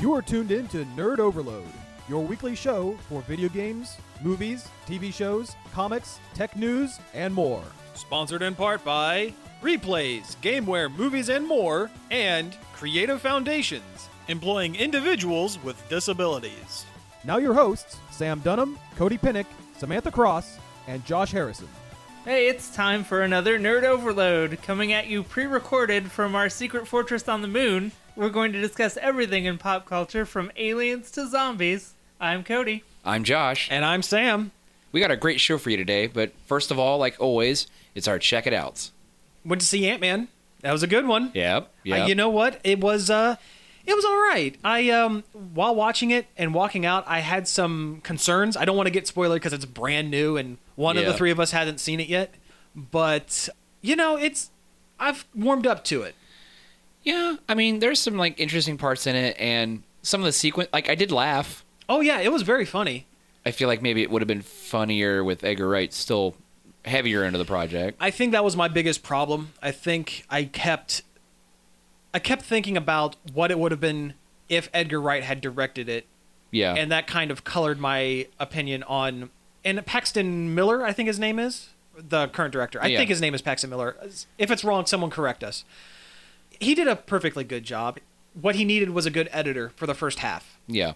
You are tuned in to Nerd Overload, your weekly show for video games, movies, TV shows, comics, tech news, and more. Sponsored in part by Replays, Gameware, Movies, and More, and Creative Foundations, employing individuals with disabilities. Now, your hosts, Sam Dunham, Cody Pinnick, Samantha Cross, and Josh Harrison. Hey, it's time for another Nerd Overload coming at you pre recorded from our secret fortress on the moon. We're going to discuss everything in pop culture from aliens to zombies. I'm Cody. I'm Josh. And I'm Sam. We got a great show for you today, but first of all, like always, it's our check it outs. Went to see Ant Man. That was a good one. Yep. Uh, Yep. you know what? It was uh it was all right. I um while watching it and walking out, I had some concerns. I don't want to get spoiler because it's brand new and one of the Yeah. three of us hasn't seen it yet. But you know, it's I've warmed up to it. yeah. I mean, there's some like interesting parts in it, and some of the sequence, like I did laugh. Oh yeah, it was very funny. I feel like maybe it would have been funnier with Edgar Wright still heavier into the project. I think that was my biggest problem. I think I kept I kept thinking about what it would have been if Edgar Wright had directed it Yeah. and that kind of colored my opinion on and Paxton Miller, I think his name is the current director. I Yeah. think his name is Paxton Miller. If it's wrong, someone correct us. He did a perfectly good job. What he needed was a good editor for the first half. yeah.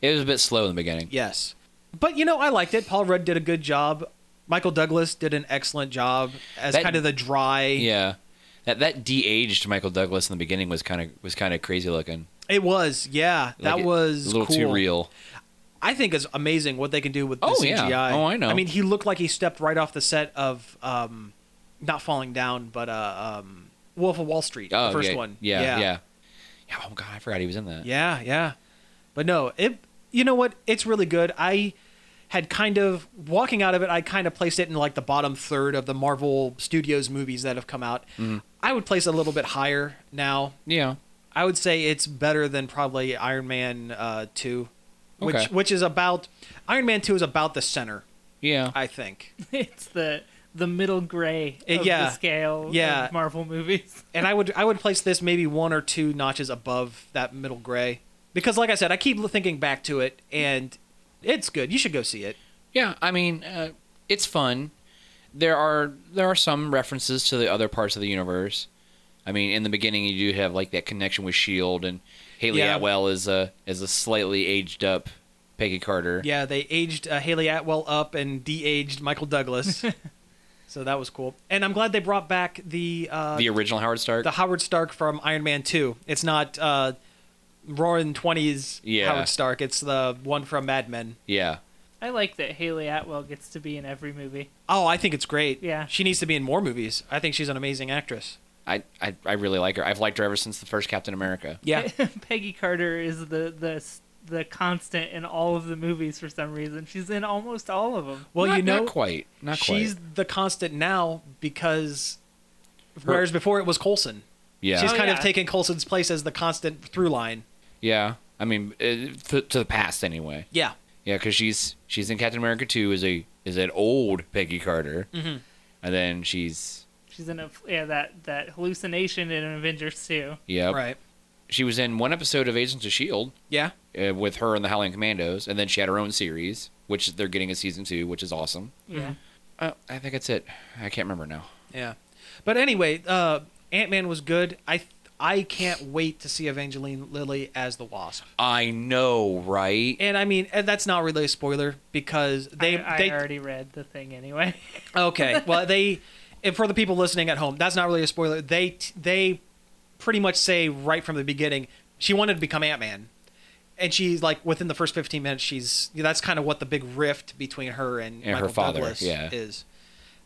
It was a bit slow in the beginning. Yes. But you know, I liked it. Paul Rudd did a good job. Michael Douglas did an excellent job as That- kind of the dry. Yeah. That that de-aged Michael Douglas in the beginning was kind of was kind of crazy looking. It was, yeah. that Like, it- was a little cool. too real. I think is amazing what they can do with the Oh, yeah. CGI. Oh, I know. I mean, he looked like he stepped right off the set of um, not falling down, but uh, um, Wolf of Wall Street, Oh, the first yeah, one. Yeah, yeah, yeah, yeah. Oh god, I forgot he was in that. yeah, yeah. But no, it. You know what? It's really good. I had kind of walking out of it. I kind of placed it in like the bottom third of the Marvel Studios movies that have come out. Mm-hmm. I would place it a little bit higher now. Yeah. I would say it's better than probably Iron Man uh, two, which Okay. which is about Iron Man two is about the center, Yeah. I think. It's the the middle gray Uh, of yeah. the scale Yeah. of Marvel movies. And I would I would place this maybe one or two notches above that middle gray because, like I said, I keep thinking back to it, and it's good. You should go see it. Yeah, I mean, uh, it's fun. There are there are some references to the other parts of the universe. I mean, in the beginning, you do have like that connection with Shield, E and Haley Yeah. Atwell is a is a slightly aged up Peggy Carter. Yeah, they aged uh, Haley Atwell up and de-aged Michael Douglas, so that was cool. And I'm glad they brought back the uh, the original Howard Stark. the Howard Stark from Iron Man Two. It's not uh, roaring twenties Yeah. Howard Stark. It's the one from Mad Men. yeah, I like that Haley Atwell gets to be in every movie. Oh, I think it's great. Yeah. she needs to be in more movies. I think she's an amazing actress. I, I I really like her. I've liked her ever since the first Captain America. Yeah, Peggy Carter is the the the constant in all of the movies for some reason. She's in almost all of them. well, Not- you know, not quite, not she's quite. the constant now because Her- whereas before it was Colson. Yeah, She's Oh, kind of yeah. taken Colson's place as the constant through line. yeah. I mean, uh, to, to the past anyway. Yeah, Yeah, because she's she's in Captain America two is a is an old Peggy Carter, mm-hmm. and then she's She's in a yeah that that hallucination in Avengers 2. yeah right. she was in one episode of Agents of Shield Yeah, E uh, with her and the Howling Commandos, and then she had her own series, which they're getting a season two, which is awesome. Mm-hmm. Yeah. Uh, I think that's it. I can't remember now. yeah. But anyway, uh, Ant Man was good. I I can't wait to see Evangeline Lilly as the Wasp. I know, right? And I mean, and that's not really a spoiler because they I, I they already read the thing anyway. Okay. Well, they and for the people listening at home, that's not really a spoiler. They they pretty much say right from the beginning she wanted to become Ant Man, and she's like within the first fifteen minutes, she's that's kind of what the big rift between her and, And her Michael father, Douglas yeah. is,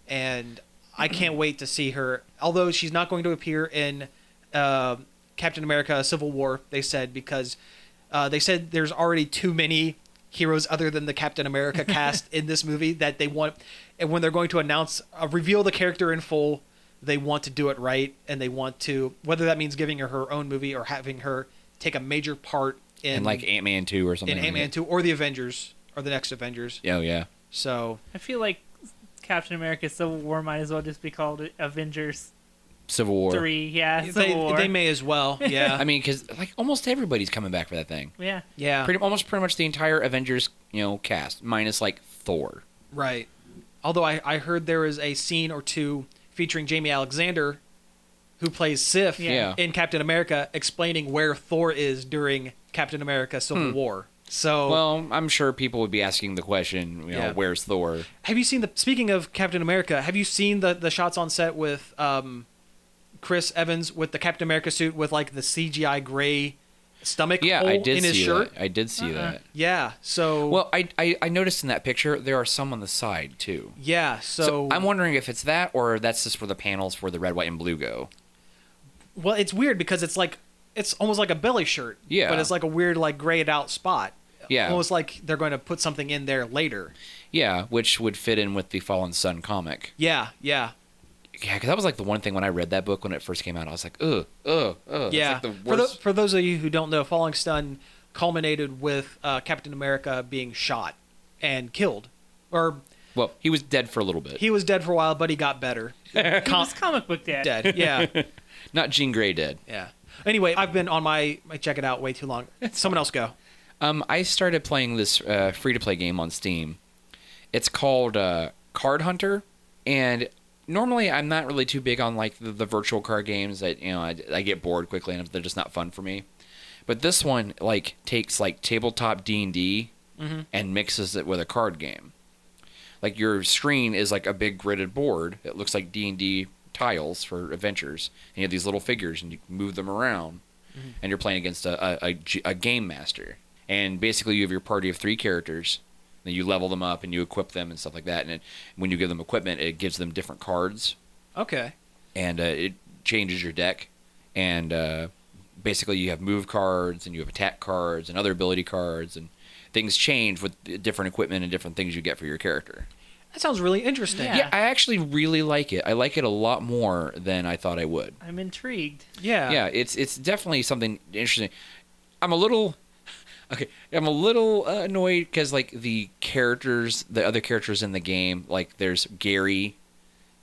and I can't wait to see her. Although she's not going to appear in uh, Captain America: Civil War, they said because uh, they said there's already too many heroes other than the Captain America cast in this movie that they want. And when they're going to announce, uh, reveal the character in full, they want to do it right, and they want to whether that means giving her her own movie or having her take a major part in and like Ant Man two or something. in like Ant Man that. two or the Avengers or the next Avengers. Oh yeah. So I feel like Captain America Civil War might as well just be called Avengers Civil War. three. Yeah, Civil they, War. they may as well. Yeah. I mean, because like almost everybody's coming back for that thing. yeah, yeah. Pretty almost pretty much the entire Avengers you know cast minus like Thor. Right. Although I, I heard there is a scene or two featuring Jamie Alexander, who plays Sif Yeah. Yeah. in Captain America, explaining where Thor is during Captain America Civil War. So Hmm. Well, I'm sure people would be asking the question, you know, Oh. Yeah. where's Thor? have you seen the speaking of Captain America, have you seen the, the shots on set with um, Chris Evans with the Captain America suit with like the CGI gray stomach Yeah, hole I did in see his shirt? that. I did see Uh-uh. that. Yeah. So Well, I, I I noticed in that picture there are some on the side too. yeah, so, I'm wondering if it's that or that's just where the panels for the red, white, and blue go. Well, it's weird because it's like it's almost like a belly shirt. Yeah. But it's like a weird, like grayed out spot. Yeah. Almost like they're going to put something in there later. Yeah, which would fit in with the Fallen Sun comic. Yeah, yeah, Yeah, 'cause that was like the one thing when I read that book when it first came out, I was like, ugh, ugh, ugh. yeah. Oh, That's like the for, tho- worst. for those of you who don't know, Falling Stun culminated with uh, Captain America being shot and killed, or Well, he was dead for a little bit. he was dead for a while, but he got better. he was comic book dad. dead. Yeah, Not Jean Grey dead. yeah. Anyway, I've been on my, my check it out way too long. Someone else go. Um, I started playing this uh, free to play game on Steam. It's called uh, Card Hunter, and normally I'm not really too big on like the, the virtual card games. That you know, I, I get bored quickly, and they're just not fun for me. But this one like takes like tabletop D and D and mixes it with a card game. Like your screen is like a big gridded board. It looks like D and D tiles for adventures, and you have these little figures, and you move them around and you're playing against a, a, a g- a game master. And basically, you have your party of three characters. Then you level them up and you equip them and stuff like that. And it, when you give them equipment, it gives them different cards Okay. and uh, it changes your deck. And uh, basically, you have move cards and you have attack cards and other ability cards, and things change with different equipment and different things you get for your character. That sounds really interesting. Yeah. Yeah, I actually really like it. I like it a lot more than I thought I would. I'm intrigued. Yeah. yeah it's it's definitely something interesting i'm a little okay i'm a little uh, annoyed because like the characters the other characters in the game like there's gary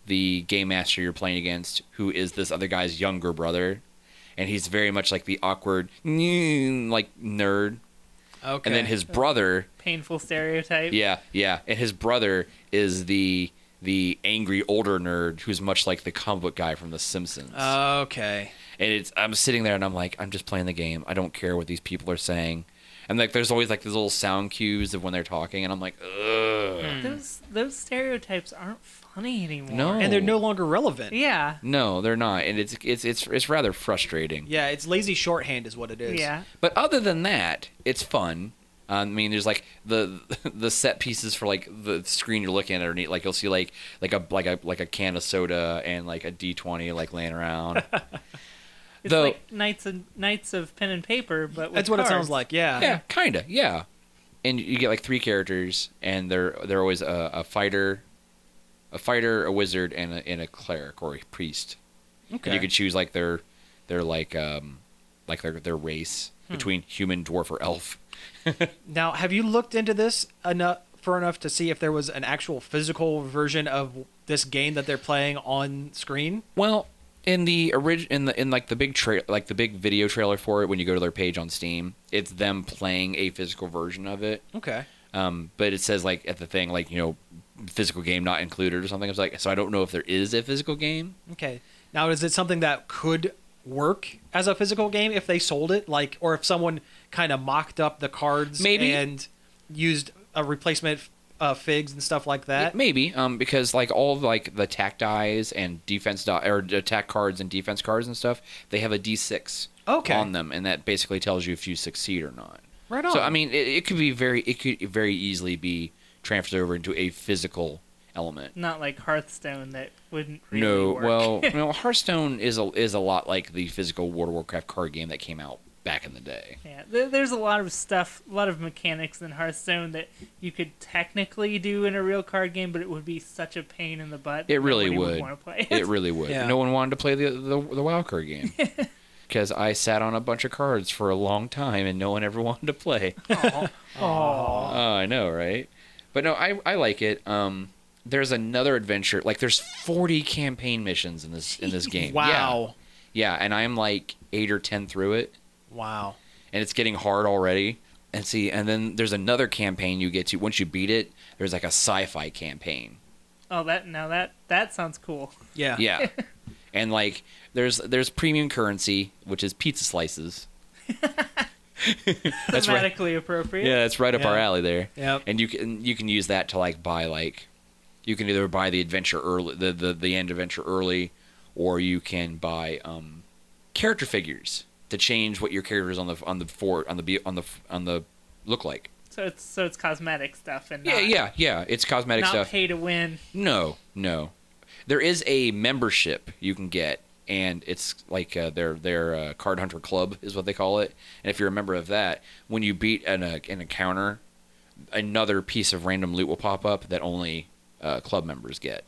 the game master you're playing against who is this other guy's younger brother and he's very much like the awkward like nerd Okay. and then his brother Painful stereotype. yeah, yeah. And his brother is the the angry older nerd who's much like the comic book guy from The Simpsons. Uh. Okay. and it's I'm sitting there and I'm like, I'm just playing the game. I don't care what these people are saying. And like, there's always like these little sound cues of when they're talking, and I'm like, ugh. Those those stereotypes aren't funny anymore. No. And they're no longer relevant. Yeah. No, they're not, and it's it's it's it's rather frustrating. Yeah, it's lazy shorthand is what it is. Yeah. But other than that, it's fun. I mean, there's like the the set pieces for like the screen you're looking at underneath. Like you'll see like like a like a like a can of soda and like a D20 like laying around. It's Though- like knights and knights of pen and paper, but with That's what it sounds cards. like. Yeah. yeah, kinda, yeah. And you get like three characters, and they're they're always a, a fighter, a fighter, a wizard, and a, and a cleric or a priest. Okay. And you could choose like their their like um like their their race between human, dwarf, or elf. now, have you looked into this enough for enough to see if there was an actual physical version of this game that they're playing on screen? Well, in the orig- in the in like the big tra- like the big video trailer for it, when you go to their page on Steam, it's them playing a physical version of it. Okay. Um, but it says like at the thing like you know, physical game not included or something. I was like, so I don't know if there is a physical game. Okay. Now, is it something that could work as a physical game if they sold it, like, or if someone kind of mocked up the cards Maybe. and used a replacement uh, figs and stuff like Yeah, that? maybe um, because like all of, like the attack dies and defense di- or attack cards and defense cards and stuff, they have a d6 Okay. on them, and that basically tells you if you succeed or not. Right So on. I mean, it, it could be very it could very easily be transferred over into a physical element. Not like Hearthstone that wouldn't really no, work. well, you know, Hearthstone is a is a lot like the physical World of Warcraft card game that came out back in the day. Yeah, there, there's a lot of stuff, a lot of mechanics in Hearthstone that you could technically do in a real card game, but it would be such a pain in the butt. It really Nobody would. would want to play It really would. Yeah. No one wanted to play the the, the WoW card game because I sat on a bunch of cards for a long time and no one ever wanted to play. Ah, Aw. Oh, I know, right? But no, I I like it. Um, there's another adventure. Like there's 40 campaign missions in this in this game. Wow. Yeah. yeah, and I'm like 8 or 10 through it Wow. and it's getting hard already. And see, and then there's another campaign you get to once you beat it. There's like a sci-fi campaign. Oh, that now that that sounds cool. Yeah. Yeah. and like there's there's premium currency, which is pizza slices. that's right. Thematically appropriate. Yeah, that's right up our Yeah. alley there. Yep. And you can you can use that to like buy like you can either buy the adventure early the the, the end adventure early or you can buy um character figures to change what your characters on the on the fort on the be- on the on the look like. So it's so it's cosmetic stuff and Yeah, not, yeah, yeah. It's cosmetic not stuff. pay to win. No, no. There is a membership you can get, and it's like uh, their their uh, card hunter club is what they call it. And if you're a member of that, when you beat an uh, an encounter, another piece of random loot will pop up that only uh, club members get.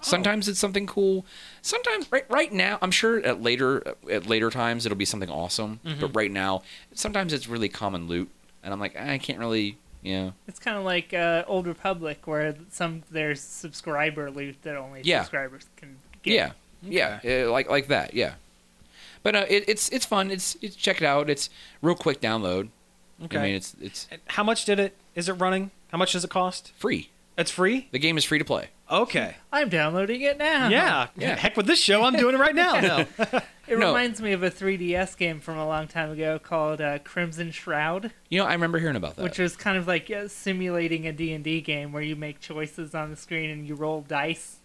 Sometimes it's something cool. Sometimes right right now, I'm sure at later at later times it'll be something awesome. But right now, sometimes it's really common loot, and I'm like, I can't really, you know. It's kind of like uh, Old Republic, where some there's subscriber loot that only Yeah. subscribers can get. Yeah, yeah, uh, like like that. Yeah, but uh, it, it's it's fun. It's, it's check it out. It's real quick download. Okay. I mean, it's it's And How much did it? Is it running? How much does it cost? free. It's free. The game is free to play. Okay. I'm downloading it now. Yeah. Yeah. Heck with this show. I'm doing it right now. No. It No. reminds me of a 3DS game from a long time ago called uh, Crimson Shroud, You know, I remember hearing about that. which was kind of like uh, simulating a D&D game where you make choices on the screen and you roll dice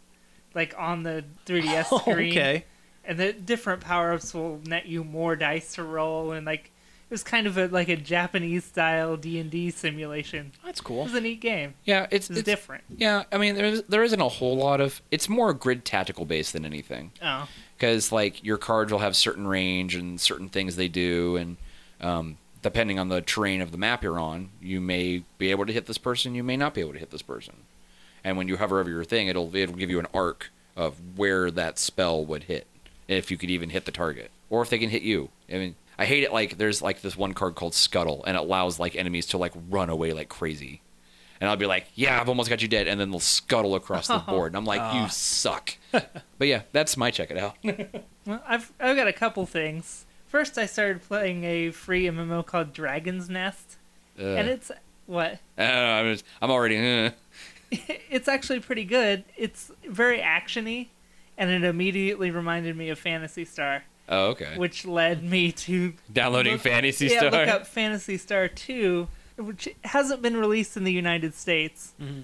like on the 3DS screen. okay. And the different power-ups will net you more dice to roll and like it was kind of a, like a Japanese style D&D simulation. That's It cool. was a neat game. yeah, it's, It was it's different. Yeah, I mean, there is, there isn't a whole lot of. It's more grid tactical based than anything, Oh. because like your cards will have certain range and certain things they do, and um, depending on the terrain of the map you're on, you may be able to hit this person, you may not be able to hit this person, and when you hover over your thing, it'll it'll give you an arc of where that spell would hit, if you could even hit the target, or if they can hit you. I mean, I hate it. Like there's like this one card called Scuttle, and it allows like enemies to like run away like crazy, and I'll be like, yeah, I've almost got you dead, and then they'll scuttle across the board, and I'm like, you suck. but yeah, that's my check it out. Well, I've I've got a couple things. First, I started playing a free MMO called Dragon's Nest, and it's what I don't know, I'm, just- I'm already. uh. it's actually pretty good. It's very actiony, and it immediately reminded me of Fantasy Star, Oh, okay. which led me to Downloading Fantasy yeah Star. look up Fantasy Star Two, which hasn't been released in the United States, Mm-hmm.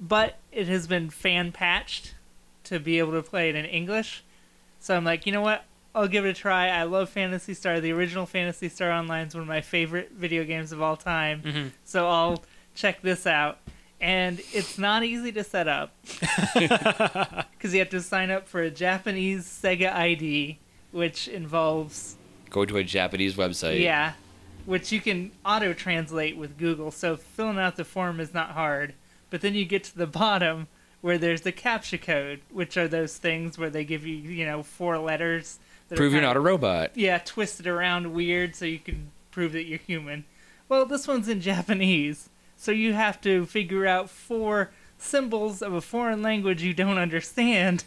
but it has been fan patched to be able to play it in English. So I'm like, you know what? I'll give it a try. I love Fantasy Star. The original Fantasy Star Online is one of my favorite video games of all time. Mm-hmm. So I'll check this out. And it's not easy to set up because you have to sign up for a Japanese Sega ID, which involves Go to a Japanese website. yeah, which you can auto translate with Google. So filling out the form is not hard. But then you get to the bottom where there's the CAPTCHA code, which are those things where they give you, you know, four letters. That Prove are you're kind not a of- robot. Yeah, twisted around weird so you can prove that you're human. Well, this one's in Japanese. So you have to figure out four symbols of a foreign language you don't understand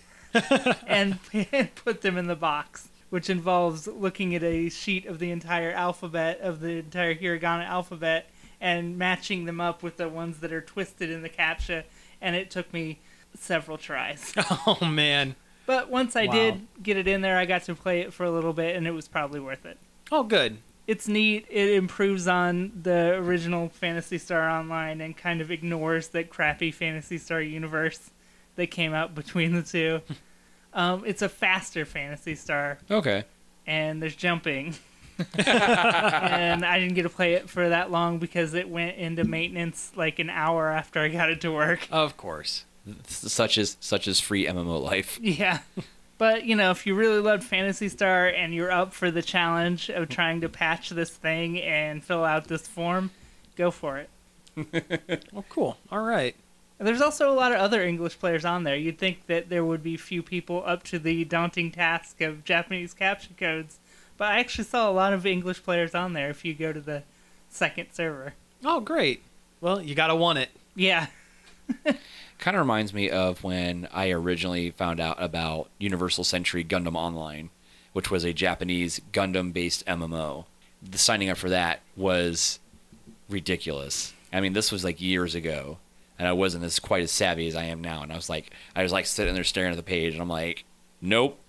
and, and put them in the box, which involves looking at a sheet of the entire alphabet of the entire hiragana alphabet and matching them up with the ones that are twisted in the captcha. And it took me several tries. Oh man. But once I Wow. did get it in there, I got to play it for a little bit, and it was probably worth it. Oh good. It's neat. It improves on the original Fantasy Star Online and kind of ignores that crappy Fantasy Star universe that came out between the two. um, it's a faster Fantasy Star, Okay. and there's jumping. and I didn't get to play it for that long because it went into maintenance like an hour after I got it to work. Of course. Such as such as free MMO life. Yeah. But, you know, if you really love Fantasy Star and you're up for the challenge of trying to patch this thing and fill out this form, go for it. Well, cool. All right. And There's also a lot of other English players on there. You'd think that there would be few people up to the daunting task of Japanese caption codes, but I actually saw a lot of English players on there if you go to the second server. Oh great. Well, you gotta want it. Yeah. kind of reminds me of when I originally found out about Universal Century Gundam Online, which was a Japanese Gundam based MMO. The signing up for that was ridiculous. I mean, this was like years ago, and I wasn't as quite as savvy as I am now. And I was like, I was like sitting there staring at the page, and I'm like, nope.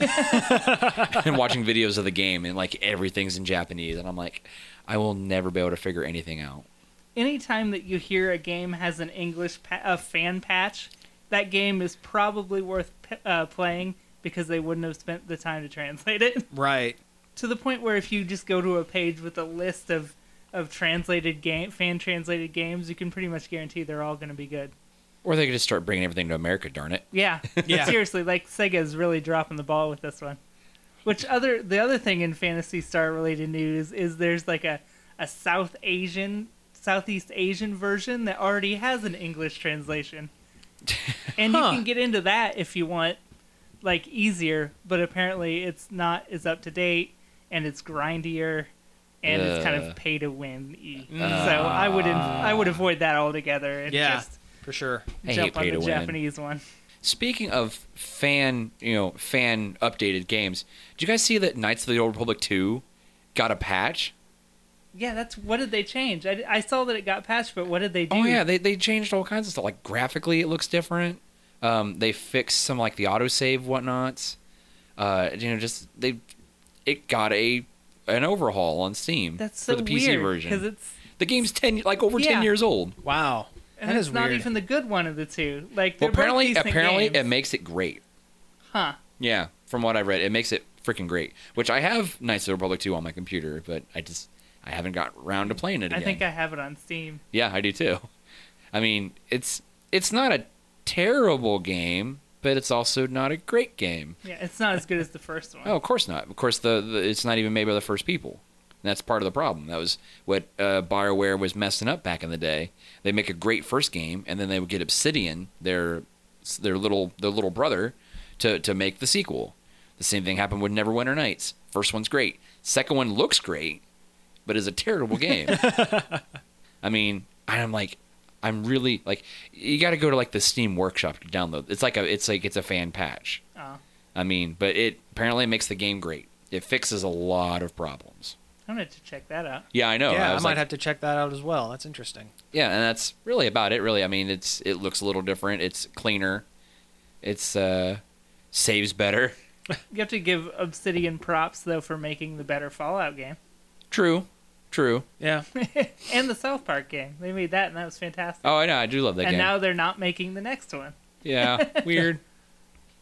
and watching videos of the game, and like everything's in Japanese, and I'm like, I will never be able to figure anything out. Anytime that you hear a game has an English pa- a fan patch, that game is probably worth p- uh, playing because they wouldn't have spent the time to translate it. Right. to the point where if you just go to a page with a list of of translated game fan translated games, you can pretty much guarantee they're all going to be good. Or they could just start bringing everything to America, darn it. Yeah, Yeah. seriously, like Sega's really dropping the ball with this one. Which other the other thing in Fantasy Star related news is there's like a a South Asian Southeast Asian version that already has an English translation. And Huh. you can get into that if you want like easier, but apparently it's not as up to date and it's grindier and it's kind Ugh. of pay to win. So I would not I would avoid that altogether and Mm. Ah. Yeah. just For sure. I hate jump on pay the to win. Japanese one. Speaking of fan, you know, fan updated games, did you guys see that Knights of the Old Republic 2 got a patch? Yeah, that's what did they change? I, I saw that it got patched, but what did they do? Oh yeah, they they changed all kinds of stuff. Like graphically, it looks different. Um, they fixed some like the autosave whatnots. Uh, you know, just they it got a an overhaul on Steam that's so for the PC weird because version. it's the game's ten like over Yeah. ten years old. Wow. and that it's is not weird. even the good one of the two. Like they're Well, both apparently, decent apparently it games. makes it great. huh? Yeah, from what I read, it makes it freaking great. Which I have Knights of the Republic 2 on my computer, but I just I haven't got around to playing it again. I think I have it on Steam. Yeah, I do too. I mean, it's it's not a terrible game, but it's also not a great game. Yeah, it's not as good as the first one. Oh, of course not. Of course, the, the it's not even made by the first people. And that's part of the problem. That was what uh, Bioware was messing up back in the day. They make a great first game, and then they would get Obsidian, their their little their little brother, to to make the sequel. The same thing happened with Neverwinter Nights. First one's great. Second one looks great, but is a terrible game. I mean, I'm like, I'm really like, you got to go to like the Steam Workshop to download. It's like a it's like it's a fan patch. Oh. I mean, but it apparently makes the game great. It fixes a lot of problems. I'm gonna have to check that out. Yeah, I know. yeah, I, was might like- have to check that out as well. That's interesting. Yeah, and that's really about it. Really, I mean, it's it looks a little different. It's cleaner. It's uh, saves better. You have to give Obsidian props though for making the better Fallout game True, true. Yeah. and the South Park game. They made that, and that was fantastic. Oh, I know. I do love that and game. now they're not making the next one. yeah, weird.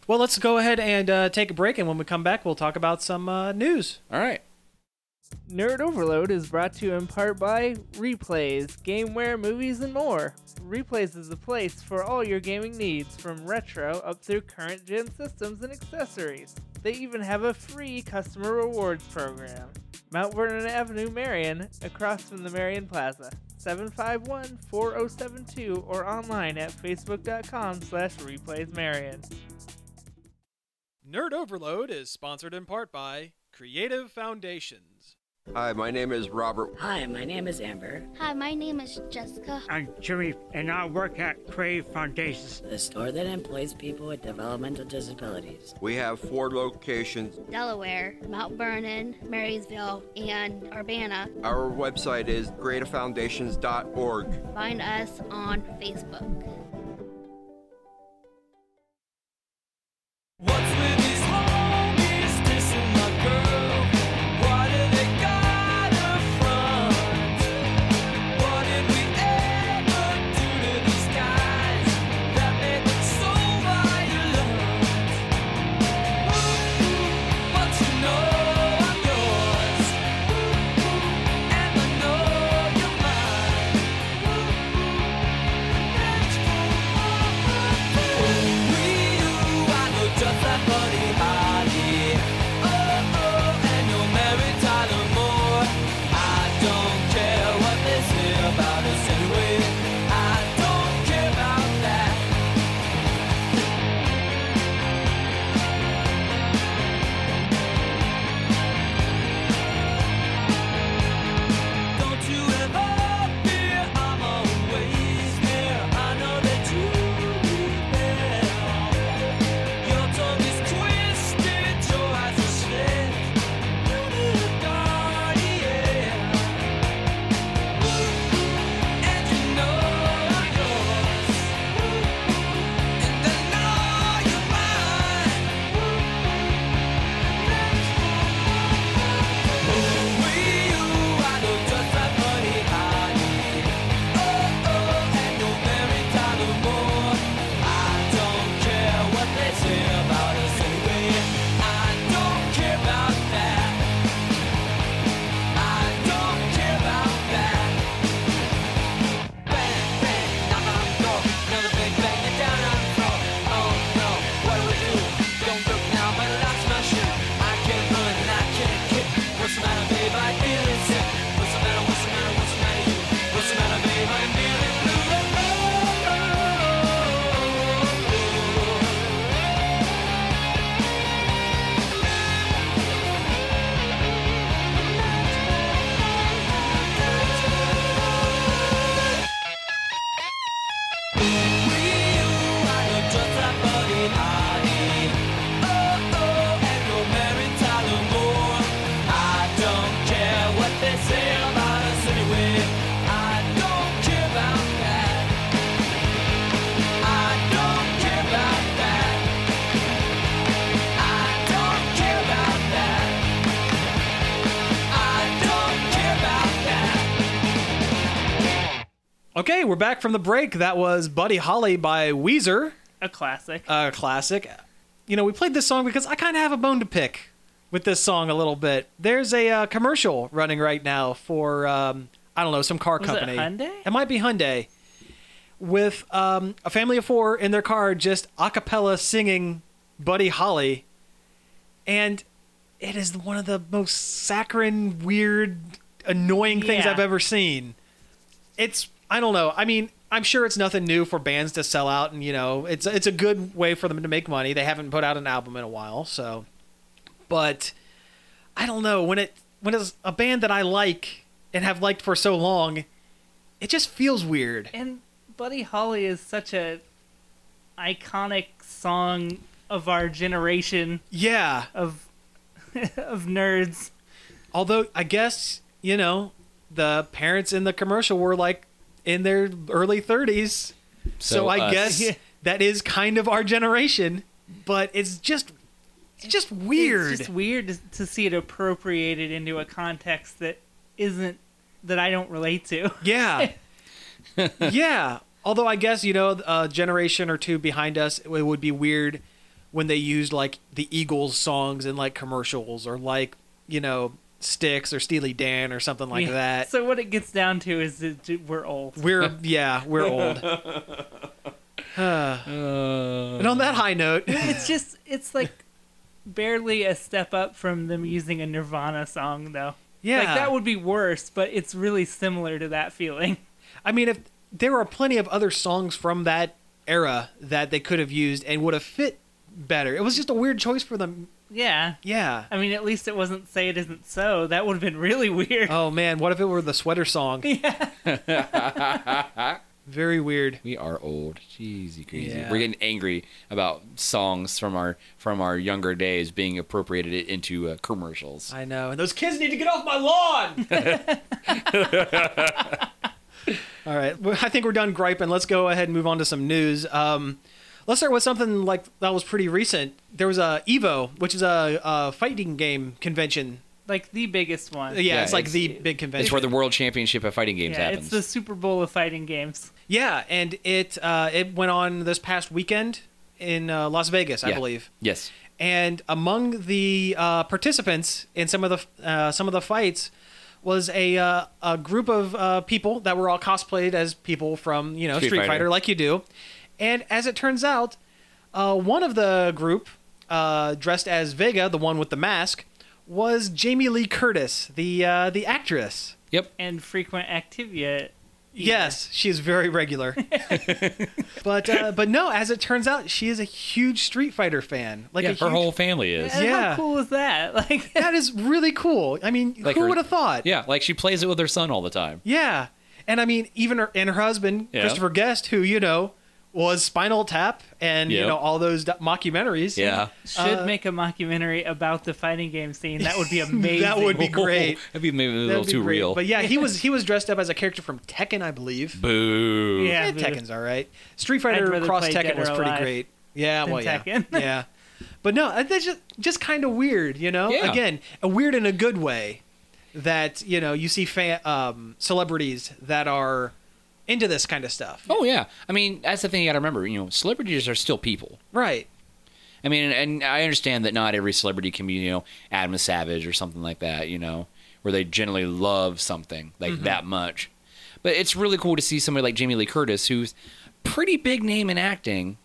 Well, let's go ahead and uh, take a break, and when we come back, we'll talk about some uh, news. All right. Nerd Overload is brought to you in part by Replays, Gameware, Movies, and more. Replays is the place for all your gaming needs, from retro up through current gen systems and accessories. They even have a free customer rewards program. Mount Vernon Avenue, Marion, across from the Marion Plaza. 751 4072 or online at facebook.com slash replaysmarion. Nerd Overload is sponsored in part by Creative Foundations. Hi, my name is Robert. Hi, my name is Amber. Hi, my name is Jessica. I'm Jimmy, and I work at Crave Foundations. The store that employs people with developmental disabilities. We have four locations. Delaware, Mount Vernon, Marysville, and Urbana. Our website is greatafoundations.org. Find us on Facebook. Thank you Okay, we're back from the break. That was Buddy Holly by Weezer, A classic. a classic. You know, we played this song because I kind of have a bone to pick with this song a little bit. There's a uh, commercial running right now for um, I don't know some car Was it company. Hyundai? It might be Hyundai. With um, a family of four in their car, just a cappella singing Buddy Holly, and it is one of the most saccharine, weird, annoying things Yeah. I've ever seen. It's I don't know. I mean, I'm sure it's nothing new for bands to sell out, and you know, it's it's a good way for them to make money. They haven't put out an album in a while, so. But I don't know when it when it's a band that I like and have liked for so long, it just feels weird. and Buddy Holly is such a iconic song of our generation Yeah, of of nerds. although I guess you know the parents in the commercial were like in their early 30s, so, So I us. guess that is kind of our generation. But it's just it's just weird. It's just weird to, to see it appropriated into a context that isn't that I don't relate to. Yeah. yeah. Although I guess you know a generation or two behind us, it would be weird when they used like the Eagles songs in like commercials or like you know Sticks or Steely Dan or something like Yeah. that. So what it gets down to is that we're old. we're yeah, we're old. and on that high note, It's just it's like barely a step up from them using a Nirvana song though. yeah, Like that would be worse, but it's really similar to that feeling. I mean, if there are plenty of other songs from that era that they could have used and would have fit better, it was just a weird choice for them. Yeah. Yeah. I mean, at least it wasn't "Say It Isn't So." That would have been really weird. Oh man, what if it were the sweater song? Very weird. We are old. Jeezy crazy. Yeah. We're getting angry about songs from our from our younger days being appropriated into uh, commercials. I know. And those kids need to get off my lawn. All right. Well, I think we're done griping. Let's go ahead and move on to some news. Um, let's start with something like that was pretty recent. There was a Evo, which is a, a fighting game convention. Like the biggest one. Yeah, Yeah, it's like it's- the big convention. It's where the World Championship of Fighting Games Yeah, it's happens. the Super Bowl of fighting games. yeah, and it uh, it went on this past weekend in uh, Las Vegas, I Yeah. believe. Yes. and among the uh, participants in some of the uh, some of the fights was a uh, a group of uh, people that were all cosplayed as people from you know Street, Street Fighter. Fighter. like you do, and as it turns out, uh, one of the group uh, dressed as Vega, the one with the mask, was Jamie Lee Curtis, the uh, the actress. Yep. And frequent Activia. Yes, she is very regular. but uh, but no, as it turns out, she is a huge Street Fighter fan. Like yeah, a her huge whole family is. And Yeah. How cool is that? Like, That is really cool. I mean, Like who her- would have thought? Yeah, like she plays it with her son all the time. Yeah. And I mean, even her and her husband, Yeah. Christopher Guest, who you know was Spinal Tap and you Yep. know all those do- mockumentaries. Yeah. should Uh, make a mockumentary about the fighting game scene. That would be amazing. that would be great. Oh, That'd be maybe a That'd little be too great. real. But yeah, he was he was dressed up as a character from Tekken, I believe. Boo. Yeah. Eh, but- Tekken's all right. Street I'd Fighter rather Cross play Tekken Dead or was pretty Alive great. Yeah, than well, yeah, Tekken. yeah. But no, uh, that's just just kind of weird, you know. Yeah. Again, a weird in a good way. That you know, you see fan, um, celebrities that are into this kind of stuff, Oh yeah. I mean, that's the thing you got to remember. You know, celebrities are still people. right? I mean, and, and I understand that not every celebrity can be, you know, Adam Savage or something like that, you know, where they generally love something like Mm-hmm. that much. But it's really cool to see somebody like Jamie Lee Curtis, who's pretty big name in acting,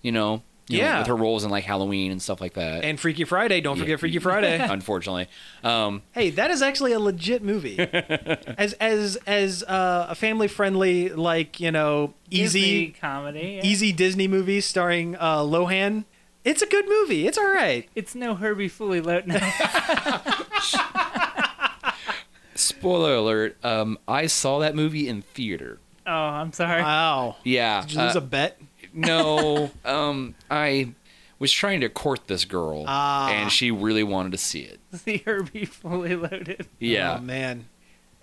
you know, you know, Yeah. with her roles in like Halloween and stuff like that. And Freaky Friday, don't Yeah. forget Freaky Friday. unfortunately, um, hey, that is actually a legit movie. as as as uh, a family friendly, like you know, Disney easy comedy. yeah. easy Disney movie starring uh, Lohan. It's a good movie. It's all right. It's no Herbie Fully Loaded. No. spoiler alert. Um, I saw that movie in theater. oh, I'm sorry. Wow. Yeah, Did you lose uh, a bet? no. Um, I was trying to court this girl, Ah. and she really wanted to see it. the Herbie Fully Loaded. Yeah, Oh, man.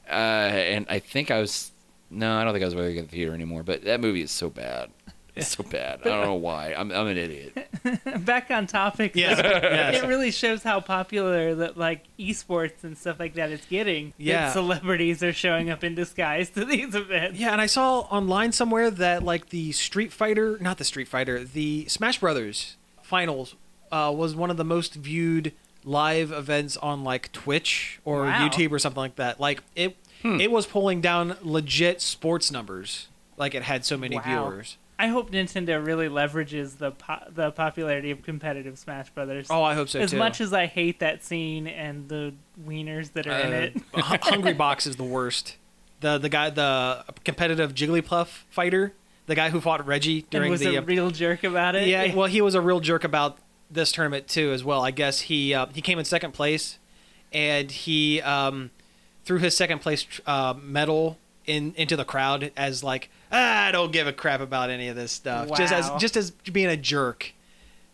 uh, and I think I was. No, I don't think I was really good at theater anymore. But that movie is so bad. so bad. I don't know why. I'm I'm an idiot. Back on topic. Yes, though, yes. It really shows how popular that like esports and stuff like that is getting. that Yeah. celebrities are showing up in disguise to these events. Yeah, and I saw online somewhere that like the Street Fighter, not the Street Fighter, the Smash Brothers finals uh, was one of the most viewed live events on like Twitch or Wow. YouTube or something like that. Like it, it was pulling down legit sports numbers. Like it had so many Wow. viewers. I hope Nintendo really leverages the po- the popularity of competitive Smash Brothers. Oh, I hope so as too. much as I hate that scene and the wieners that are in Uh, it. Hu- Hungry Box is the worst. The the guy, the competitive Jigglypuff fighter, the guy who fought Reggie during and was the a uh, real jerk about it. Yeah, well, he was a real jerk about this tournament too, as well. I guess he uh, he came in second place, and he um, threw his second place uh, medal in into the crowd as like "Ah, I don't give a crap about any of this stuff, just as Wow. just as being a jerk.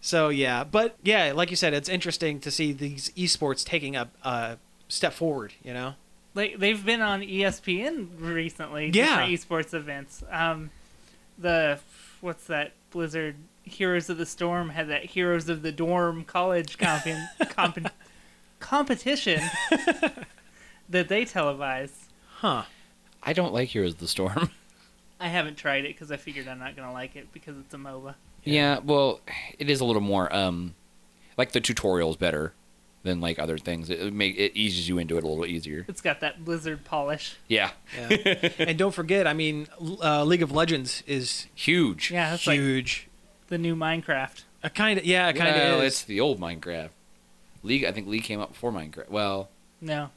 So yeah, but yeah, like you said, it's interesting to see these esports taking a, a step forward. You know, like they've been on E ESPN recently. Yeah. different esports events. Um, the what's that Blizzard Heroes of the Storm had that Heroes of the Dorm college comp- comp- competition that they televised. huh? I don't like Heroes of the Storm. I haven't tried it because I figured I'm not gonna like it because it's a MOBA. Yeah. well, it is a little more um like the tutorial's better than like other things. It, it make it eases you into it a little easier. It's got that Blizzard polish. Yeah. Yeah. and don't forget, I mean, L- uh, League of Legends is Huge. Yeah, that's like huge. the new Minecraft. a kind of yeah, kind Well, of is. it's the old Minecraft. League I think League came up before Minecraft. Well, No,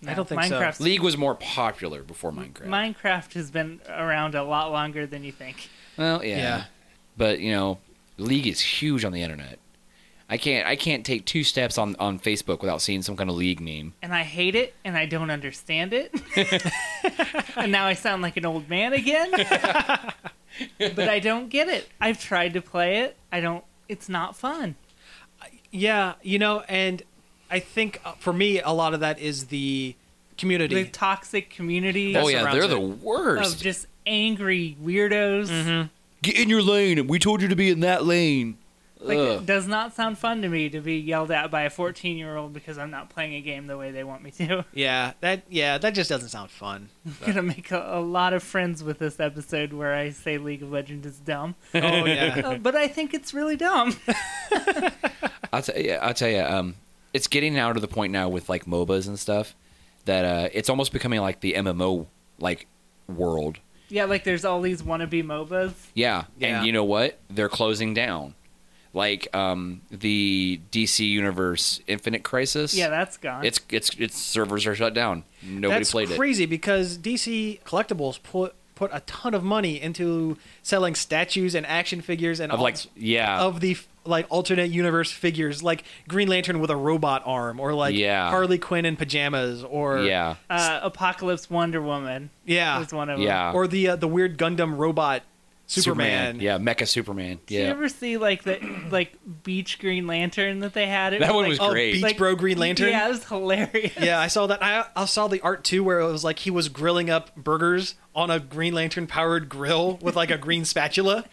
no. I don't think so. Minecraft's- League was more popular before Minecraft. Minecraft has been around a lot longer than you think. Well, yeah. Yeah. But you know, League is huge on the internet. I can't I can't take two steps on on Facebook without seeing some kind of League meme. and I hate it and I don't understand it. and now I sound like an old man again. but I don't get it. I've tried to play it. I don't it's not fun. Yeah, you know, and I think uh, for me, a lot of that is the community. The toxic community oh yeah, surrounds they're it. the of worst. Mm-hmm. just angry weirdos. Get in your lane, and we told you to be in that lane. Like Ugh. it does not sound fun to me to be yelled at by a 14-year-old because I'm not playing a game the way they want me to. yeah, that yeah, that just doesn't sound fun. I'm going to make a, a lot of friends with this episode where I say League of Legends is dumb. Oh yeah, Uh, but I think it's really dumb. I'll tell you, I'll tell you. Um, it's getting now to the point now with like MOBAs and stuff that uh, it's almost becoming like the MMO like world. yeah, like there's all these wannabe MOBAs. Yeah. Yeah. and you know what? They're closing down. Like um, the DC Universe Infinite Crisis. Yeah, that's gone. It's it's its servers are shut down. Nobody that's played it. crazy because DC Collectibles put put a ton of money into selling statues and action figures and Of all- like yeah. of the like alternate universe figures like Green Lantern with a robot arm or like Yeah. Harley Quinn in pajamas or yeah. uh, Apocalypse Wonder Woman yeah was one of them. Yeah. or the uh, the weird Gundam robot Superman, Yeah, Mecha Superman. Did you Yeah. ever see like the like Beach Green Lantern that they had? It That one like, was Oh, great. Beach Bro Green Lantern. Yeah, it was hilarious. Yeah, I saw that. I, I saw the art too, where it was like he was grilling up burgers on a Green Lantern powered grill with like a green spatula.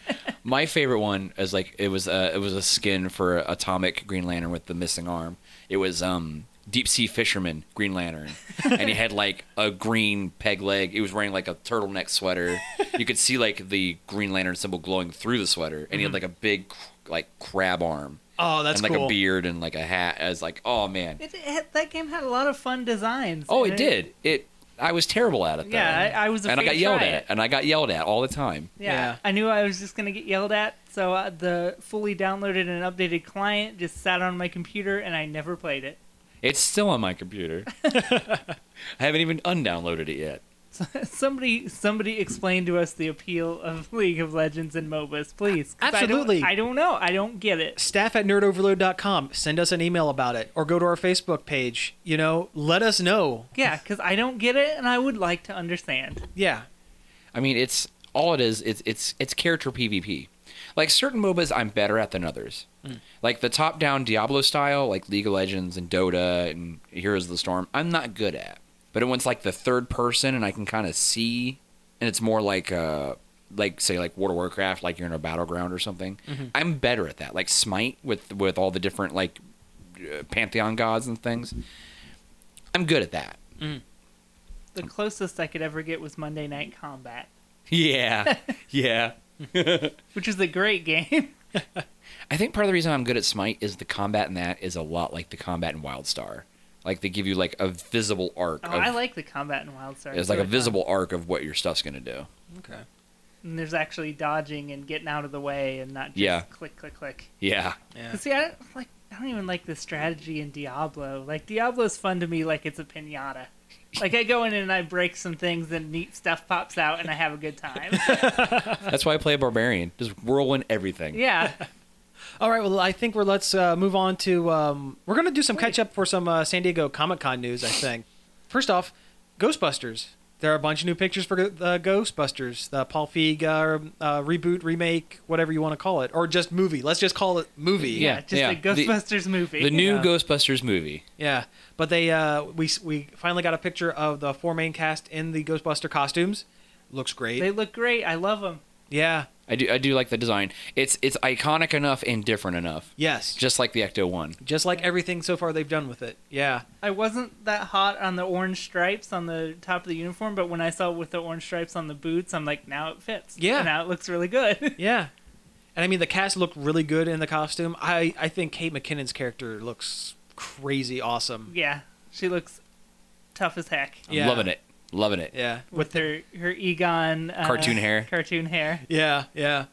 My favorite one is like it was a it was a skin for Atomic Green Lantern with the missing arm. It was um deep sea fisherman Green Lantern, and he had like a green peg leg. He was wearing like a turtleneck sweater. You could see like the Green Lantern symbol glowing through the sweater, and he had like a big like crab arm Oh, Mm-hmm. that's and like cool. a beard and like a hat. I was like, oh man, It, it had- that game had a lot of fun designs. oh and it did it. I was terrible at it. Though. Yeah, I, I was and afraid I got to yelled try at, it. and I got yelled at all the time. Yeah. Yeah. I knew I was just gonna get yelled at, so uh, the fully downloaded and updated client just sat on my computer, and I never played it. It's still on my computer. I haven't even undownloaded it yet. Somebody, somebody, explain to us the appeal of League of Legends and MOBAs, please. 'cause I don't- Absolutely. I don't know. I don't get it. Staff at nerdoverload.com. Send us an email about it or go to our Facebook page. You know, let us know. Yeah, because I don't get it, and I would like to understand. Yeah. I mean, it's all it is. It's it's it's character PvP. Like certain MOBAs, I'm better at than others. Like the top-down Diablo style, like League of Legends and Dota and Heroes of the Storm, I'm not good at. But when it's like the third person and I can kind of see, and it's more like uh, like say like World of Warcraft, like you're in a battleground or something. I'm better at that. Like Smite with with all the different like uh, pantheon gods and things. I'm good at that. The closest I could ever get was Monday Night Combat, Yeah, yeah. which is a great game. I think part of the reason I'm good at Smite is the combat in that is a lot like the combat in WildStar. Like they give you like a visible arc. Oh, of, I like the combat in WildStar. It's like a really fun. visible arc of what your stuff's gonna do. Okay. And there's actually dodging and getting out of the way and not just Yeah. click, click, click. Yeah, Yeah. 'Cause See, I don't, like, I don't even like the strategy in Diablo. Like, Diablo's fun to me like it's a pinata. Like, I go in and I break some things and neat stuff pops out and I have a good time. that's why I play a barbarian. Just whirlwind everything. yeah. All right. Well, I think we're let's uh, move on to um, we're gonna do some catch up for some uh, San Diego Comic Con news. I think. First off, Ghostbusters. There are a bunch of new pictures for the Ghostbusters, the Paul Feig uh, uh, reboot, remake, whatever you want to call it, or just movie. Let's just call it movie. Yeah. Just a The- Ghostbusters movie. The new Yeah. Ghostbusters movie. Yeah, but they uh, we we finally got a picture of the four main cast in the Ghostbuster costumes. Looks great. They look great. I love them. yeah. I do I do like the design. It's it's iconic enough and different enough. Yes. Just Just like the Ecto one. just like everything so far they've done with it. Yeah. I wasn't that hot on the orange stripes on the top of the uniform, but when I saw with the orange stripes on the boots, I'm like, now it fits. Yeah. And now it looks really good. Yeah. And I mean, the cast looked really good in the costume. I, I think Kate McKinnon's character looks crazy awesome. yeah. She looks tough as heck. I'm Yeah. loving it. Loving it. Yeah. With her, her Egon uh, Cartoon hair. Cartoon hair. Yeah. Yeah.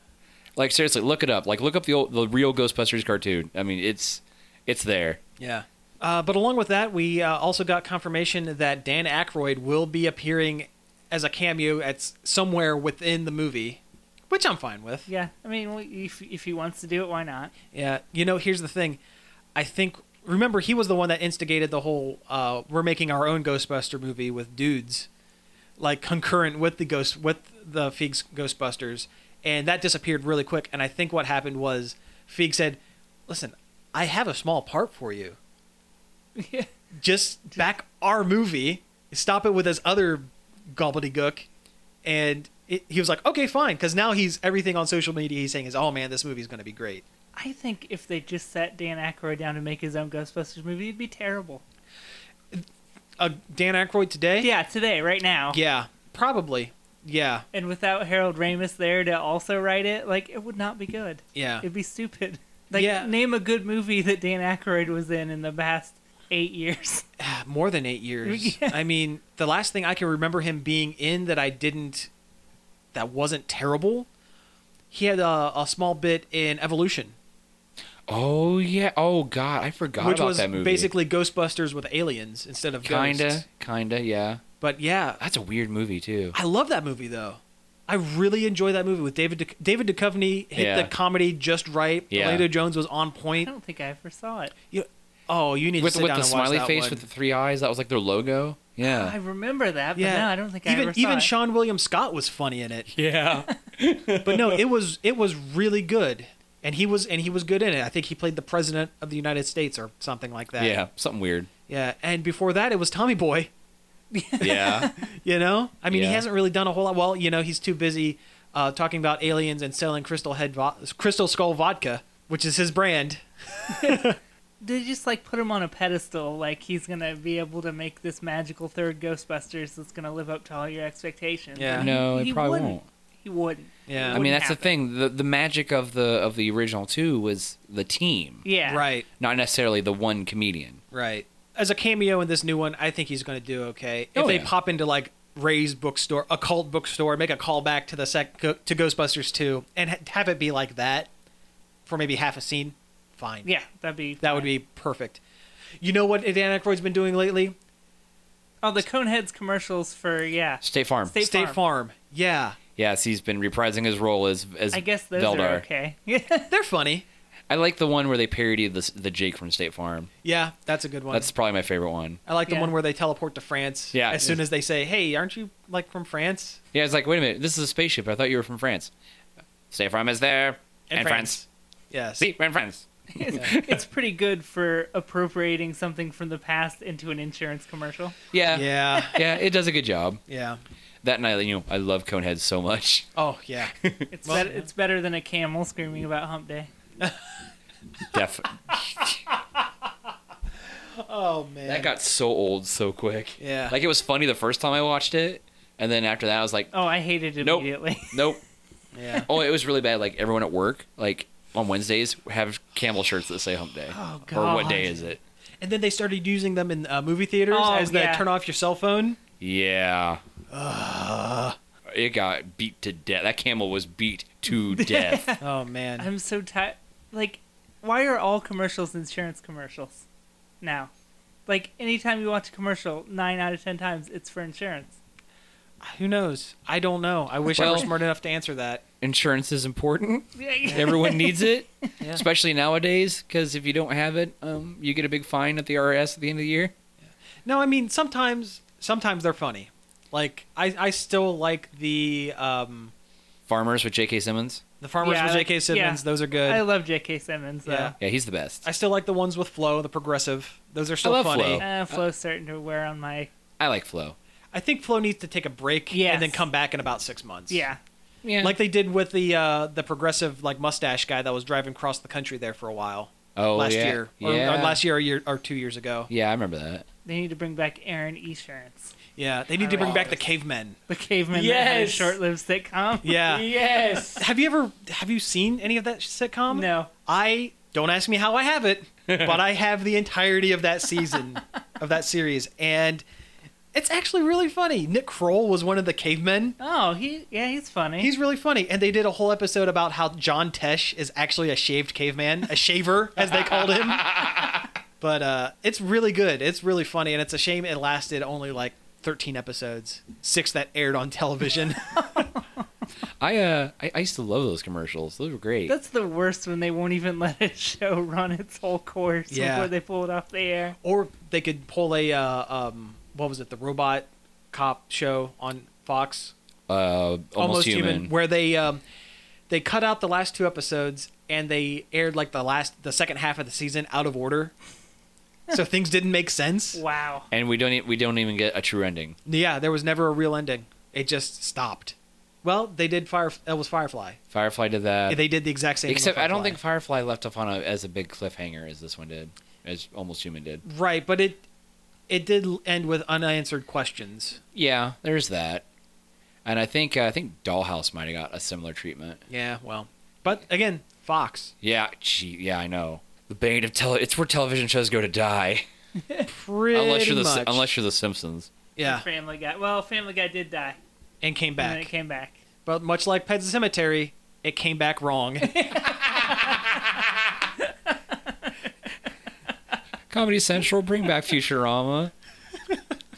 Like seriously, look it up. Like look up the old the real Ghostbusters cartoon. I mean it's it's there. Yeah. Uh, but along with that, we uh, also got confirmation that Dan Aykroyd will be appearing as a cameo at s- somewhere within the movie, which I'm fine with. Yeah, I mean, well, if if he wants to do it, why not? Yeah, you know, here's the thing. I think remember he was the one that instigated the whole uh, we're making our own Ghostbuster movie with dudes, like concurrent with the ghost with the Feig's Ghostbusters, and that disappeared really quick. And I think what happened was Feig said, "Listen, I have a small part for you. Yeah. Just back our movie. Stop it with this other gobbledygook." And it, he was like, "Okay, fine," because now he's everything on social media. He's saying is, "Oh man, this movie's going to be great." I think if they just sat Dan Aykroyd down to make his own Ghostbusters movie, it'd be terrible. uh, Dan Aykroyd today? Yeah, today, right now. Yeah, probably. Yeah, And without Harold Ramis there to also write it, like it would not be good. yeah. It'd be stupid. Like Yeah. name a good movie that Dan Aykroyd was in in the past eight years. More than eight years. Yeah. I mean, the last thing I can remember him being in that I didn't, that wasn't terrible. He had a, a small bit in Evolution, Oh yeah. Oh god, I forgot which about was that movie. basically Ghostbusters with aliens instead of kinda, ghosts. kinda, yeah. But yeah, That's a weird movie too. I love that movie though. I really enjoy that movie with David. Duch- David Duchovny hit Yeah. the comedy just right. Yeah. Orlando Jones was on I point. don't think I ever saw it. You- oh, you need With to sit with down the and watch smiley that face one. with the three eyes, that was like their logo. I Yeah. remember that, but no, I don't think even I ever saw even it. Sean William Scott was funny in it. Yeah. But no, it was it was really good, and he was and he was good in it. I think he played the president of the United States or something like that. Yeah. Something weird. yeah. And before that, it was Tommy Boy. Yeah. You know, I mean, Yeah. he hasn't really done a whole lot. Well, you know, he's too busy uh, talking about aliens and selling Crystal Head vo- Crystal Skull vodka, which is his brand. they just like put him on a pedestal like he's gonna be able to make this magical third ghostbusters that's gonna live up to all your expectations Yeah. And No, he, it probably wouldn't. won't. he wouldn't Yeah. It I mean, wouldn't that's the happen. thing. The the magic of the of the original two was the team, yeah Right. not necessarily the one comedian. Right. As a cameo in this new one, I think he's going to do okay. If Oh, they yeah. pop into like Ray's bookstore, a cult bookstore, make a callback to the sec go- to Ghostbusters 2 and ha- have it be like that for maybe half a scene, fine. yeah that'd be That would fine. be perfect. You know what Dan Aykroyd's been doing lately? oh the coneheads commercials for yeah State Farm. State- State Farm. Farm. Yeah. yes, he's been reprising his role as as i guess those Veldar. are okay yeah They're funny. I like the one where they parody the the Jake from State Farm. Yeah, that's a good one. That's probably my favorite one. I like the Yeah. one where they teleport to France Yeah. as soon as they say, "Hey, aren't you like from France?" Yeah, it's like, wait a minute, this is a spaceship. I thought you were from France. State Farm is there and, France. Yes. See, we're in France. it's pretty good for appropriating something from the past into an insurance commercial Yeah. Yeah. Yeah, it does a good job. Yeah. that night, you know, I love Coneheads so much. Oh yeah. It's bet- it's better than a camel screaming about Hump Day. Def- oh man. that got so old so quick. Yeah. Like it was funny the first time I watched it, and then after that I was like, Oh, I hated it Nope. immediately. nope. yeah. Oh, it was really bad. Like everyone at work, like on Wednesdays, have camel shirts that say Hump Day. Oh, Or what God. day is it? And then they started using them in uh, movie theaters Oh, as the yeah. turn off your cell phone. Yeah. It got beat to death. That camel was beat to death. Oh man. I'm so tired. Like, why are all commercials insurance commercials now? Like, anytime you watch a commercial, nine out of ten times it's for insurance. Who knows? I don't know. I wish I were Well- smart enough to answer that. Insurance is important. Yeah. Everyone needs it, Yeah. especially nowadays, because if you don't have it, um, you get a big fine at the RS at the end of the year. No, I mean sometimes sometimes they're funny. Like I, I still like the um Farmers with J.K. Simmons. the farmers Yeah, with I J.K. like- Simmons. yeah. Those are good. I I, love J.K. Simmons though. Yeah. Yeah, he's the best. still like the ones with Flo, the progressive. Those are still love funny. Flo. Uh, Flo's starting to wear on my I like Flo. I think Flo needs to take a break Yes. and then come back in about six months. yeah. Yeah. Like they did with the uh, the progressive like mustache guy that was driving across the country there for a while oh, last yeah. year, or, yeah. or last year or, year or two years ago. Yeah, I remember that. They need to bring back Aaron Esurance, Yeah, they need to bring back the cavemen. the caveman that had a Yes. short-lived sitcom. Yeah, Yes. have you ever have you seen any of that sitcom? No. I don't ask me how I have it, but I have the entirety of that season of that series, and it's actually really funny. Nick Kroll was one of the cavemen. Oh, he yeah, he's funny. He's really funny, and they did a whole episode about how John Tesh is actually a shaved caveman, a shaver as they called him. but uh, it's really good. It's really funny, and it's a shame it lasted only like. 13 episodes, six that aired on television. I uh, I, I used to love those commercials. Those were great. That's the worst when they won't even let a show run its whole course Yeah. before they pull it off the air. or they could pull a uh, um, what was it the robot cop show on fox uh, almost, human. where they um, they cut out the last two episodes and they aired like the last the second half of the season out of order so things didn't make sense Wow. And we don't e- we don't even get a true ending. yeah there was never a real ending it just stopped well they did fire it was firefly Firefly did that. they did the exact same thing with Uh, Except I don't Firefly. think Firefly left off on a, as a big cliffhanger as this one did, as Almost Human did. right but it it did end with unanswered questions Yeah, there's that. And I think uh, I think Dollhouse might have got a similar treatment. yeah well but again fox Yeah, gee, yeah, I know. The bane of tele it's where television shows go to die. pretty unless you're the much. unless you're the Simpsons. yeah Family Guy. Well, Family Guy did die, and came and then back it came back. But much like Pet Cemetery, it came back wrong. Comedy Central, bring back Futurama,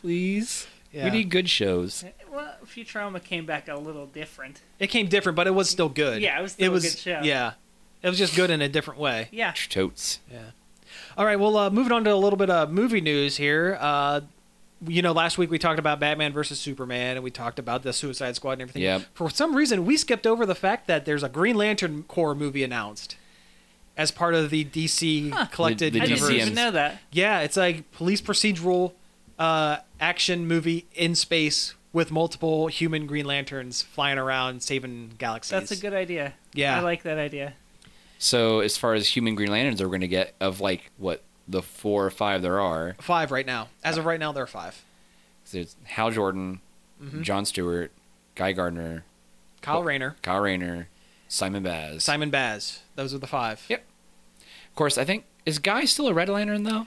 please. Yeah. We need good shows. Well, Futurama came back a little different. It came different, but it was still good. Yeah, it was still a good show. Yeah, it was just good in a different way. Yeah. Totes. All right, well, uh, moving on to a little bit of movie news here. Uh, you know, last week we talked about Batman versus Superman, and we talked about the Suicide Squad and everything. Yep. For some reason, we skipped over the fact that there's a Green Lantern Corps movie announced as part of the DC collected The I universe. didn't DCM even know that. Yeah, it's a police procedural uh, action movie in space with multiple human Green Lanterns flying around saving galaxies. That's a good idea. Yeah. I like that idea. So as far as human Green Lanterns are going to get of like what the four or five there are, five right now. As of right now, there are five. So it's Hal Jordan, Mm-hmm. John Stewart, Guy Gardner, Kyle Cool. Rayner, Kyle Rayner, Simon Baz. Simon Baz. Those are the five. Yep. Of course, I think is Guy still a Red Lantern though?